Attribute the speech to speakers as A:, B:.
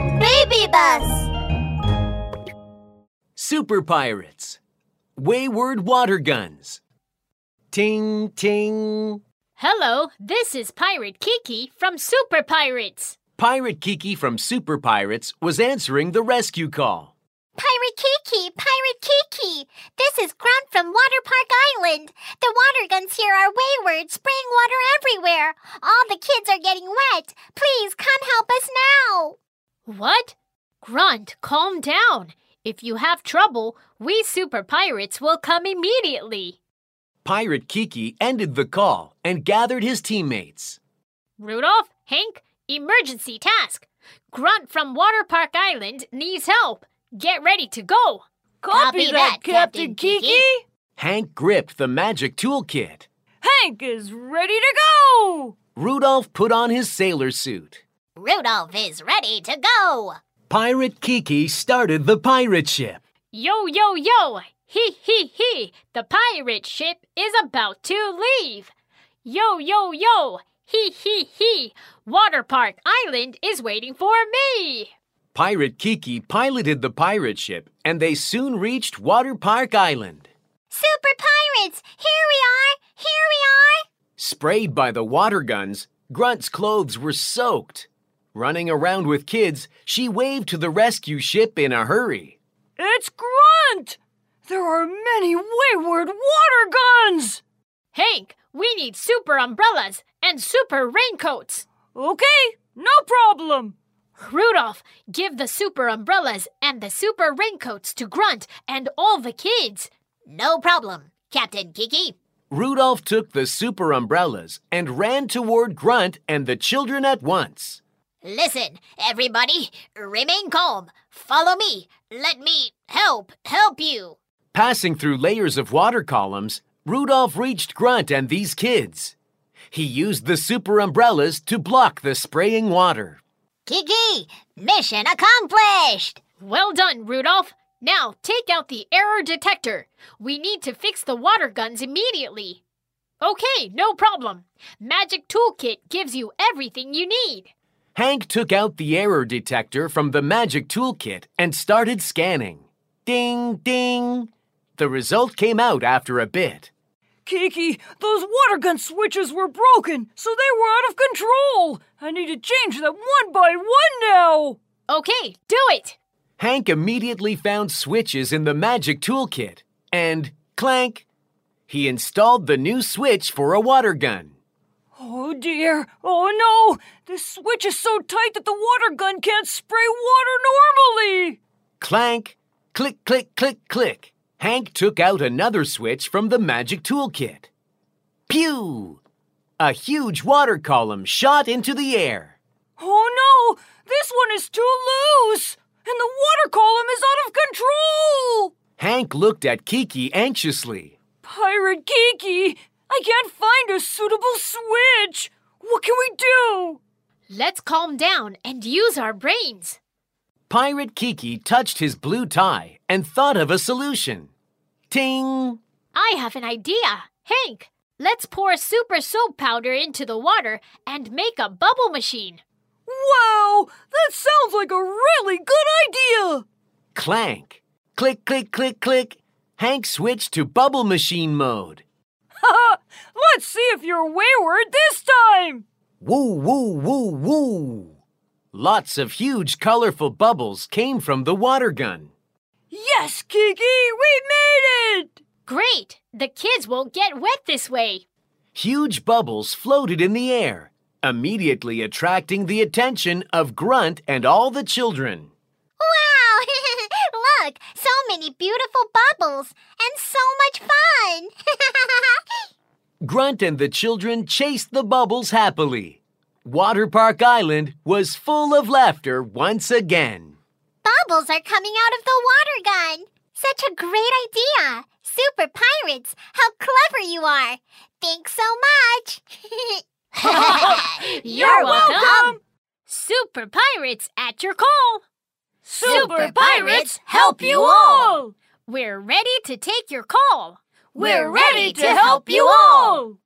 A: Mystery Bus.
B: Super Pirates. Wayward Water Guns. Ting, ting.
C: Hello, this is Pirate Kiki from Super Pirates.
B: Pirate Kiki from Super Pirates was answering the rescue call.
A: Pirate Kiki, Pirate Kiki. This is Grunt from Water Park Island. The water guns here are wayward, spraying water everywhere. All the kids are getting wet. Please come help us now.
C: What? Grunt, calm down. If you have trouble, we Super Pirates will come immediately.
B: Pirate Kiki ended the call and gathered his teammates.
C: Rudolph, Hank, emergency task. Grunt from Water Park Island needs help. Get ready to go.
A: Copy that, Captain Kiki.
B: Hank gripped the magic toolkit.
D: Hank is ready to go!
B: Rudolph put on his sailor suit.
A: Rudolph is ready to go.
B: Pirate Kiki started the pirate ship.
C: Yo, yo, yo! He, he, he! The pirate ship is about to leave! Yo, yo, yo! He, he, he! Water Park Island is waiting for me!
B: Pirate Kiki piloted the pirate ship, and they soon reached Water Park Island.
A: Super Pirates, here we are, here we are.
B: Sprayed by the water guns, Grunt's clothes were soaked. Running around with kids, she waved to the rescue ship in a hurry.
D: It's Grunt! There are many wayward water guns!
C: Hank, we need super umbrellas and super raincoats!
D: Okay, no problem!
C: Rudolph, give the super umbrellas and the super raincoats to Grunt and all the kids.
A: No problem, Captain Kiki.
B: Rudolph took the super umbrellas and ran toward Grunt and the children at once.
A: Listen, everybody, remain calm. Follow me. Let me help, help you.
B: Passing through layers of water columns, Rudolph reached Grunt and these kids. He used the super umbrellas to block the spraying water.
A: Kiki, mission accomplished.
C: Well done, Rudolph. Now take out the error detector. We need to fix the water guns immediately. Okay, no problem. Magic Toolkit gives you everything you need.
B: Hank took out the error detector from the magic toolkit and started scanning. Ding, ding. The result came out after a bit.
D: Kiki, those water gun switches were broken, so they were out of control! I need to change them one by one now!
C: Okay, do it.
B: Hank immediately found switches in the magic toolkit and clank. He installed the new switch for a water gun.
D: Oh dear, oh no! This switch is so tight that the water gun can't spray water normally!
B: Clank, click, click, click, click. Hank took out another switch from the magic toolkit. Pew! A huge water column shot into the air.
D: Oh no! This one is too loose! And the water column is out of control!
B: Hank looked at Kiki anxiously.
D: Pirate Kiki, I can't find a suitable switch! What can we do?
C: Let's calm down and use our brains.
B: Pirate Kiki touched his blue tie and thought of a solution. Ting!
C: I have an idea. Hank, let's pour super soap powder into the water and make a bubble machine.
D: Wow! That sounds like a really good idea!
B: Clank! Click, click, click, click! Hank switched to bubble machine mode.
D: Haha! Let's see if you're wayward this time!
B: Woo, woo, woo, woo! Lots of huge, colorful bubbles came from the water gun.
D: Yes, Kiki, we made it!
C: Great! The kids won't get wet this way.
B: Huge bubbles floated in the air, immediately attracting the attention of Grunt and all the children.
A: Wow! Look, so many beautiful bubbles and so much fun.
B: Grunt and the children chased the bubbles happily. Water Park Island was full of laughter once again.
A: bubbles are coming out of the water gun. Such a great idea. Super Pirates, how clever you are. Thanks so much.
C: You're welcome. Super Pirates at your call.
D: Super Pirates help you all!
C: We're ready to take your call.
D: We're ready to help you all!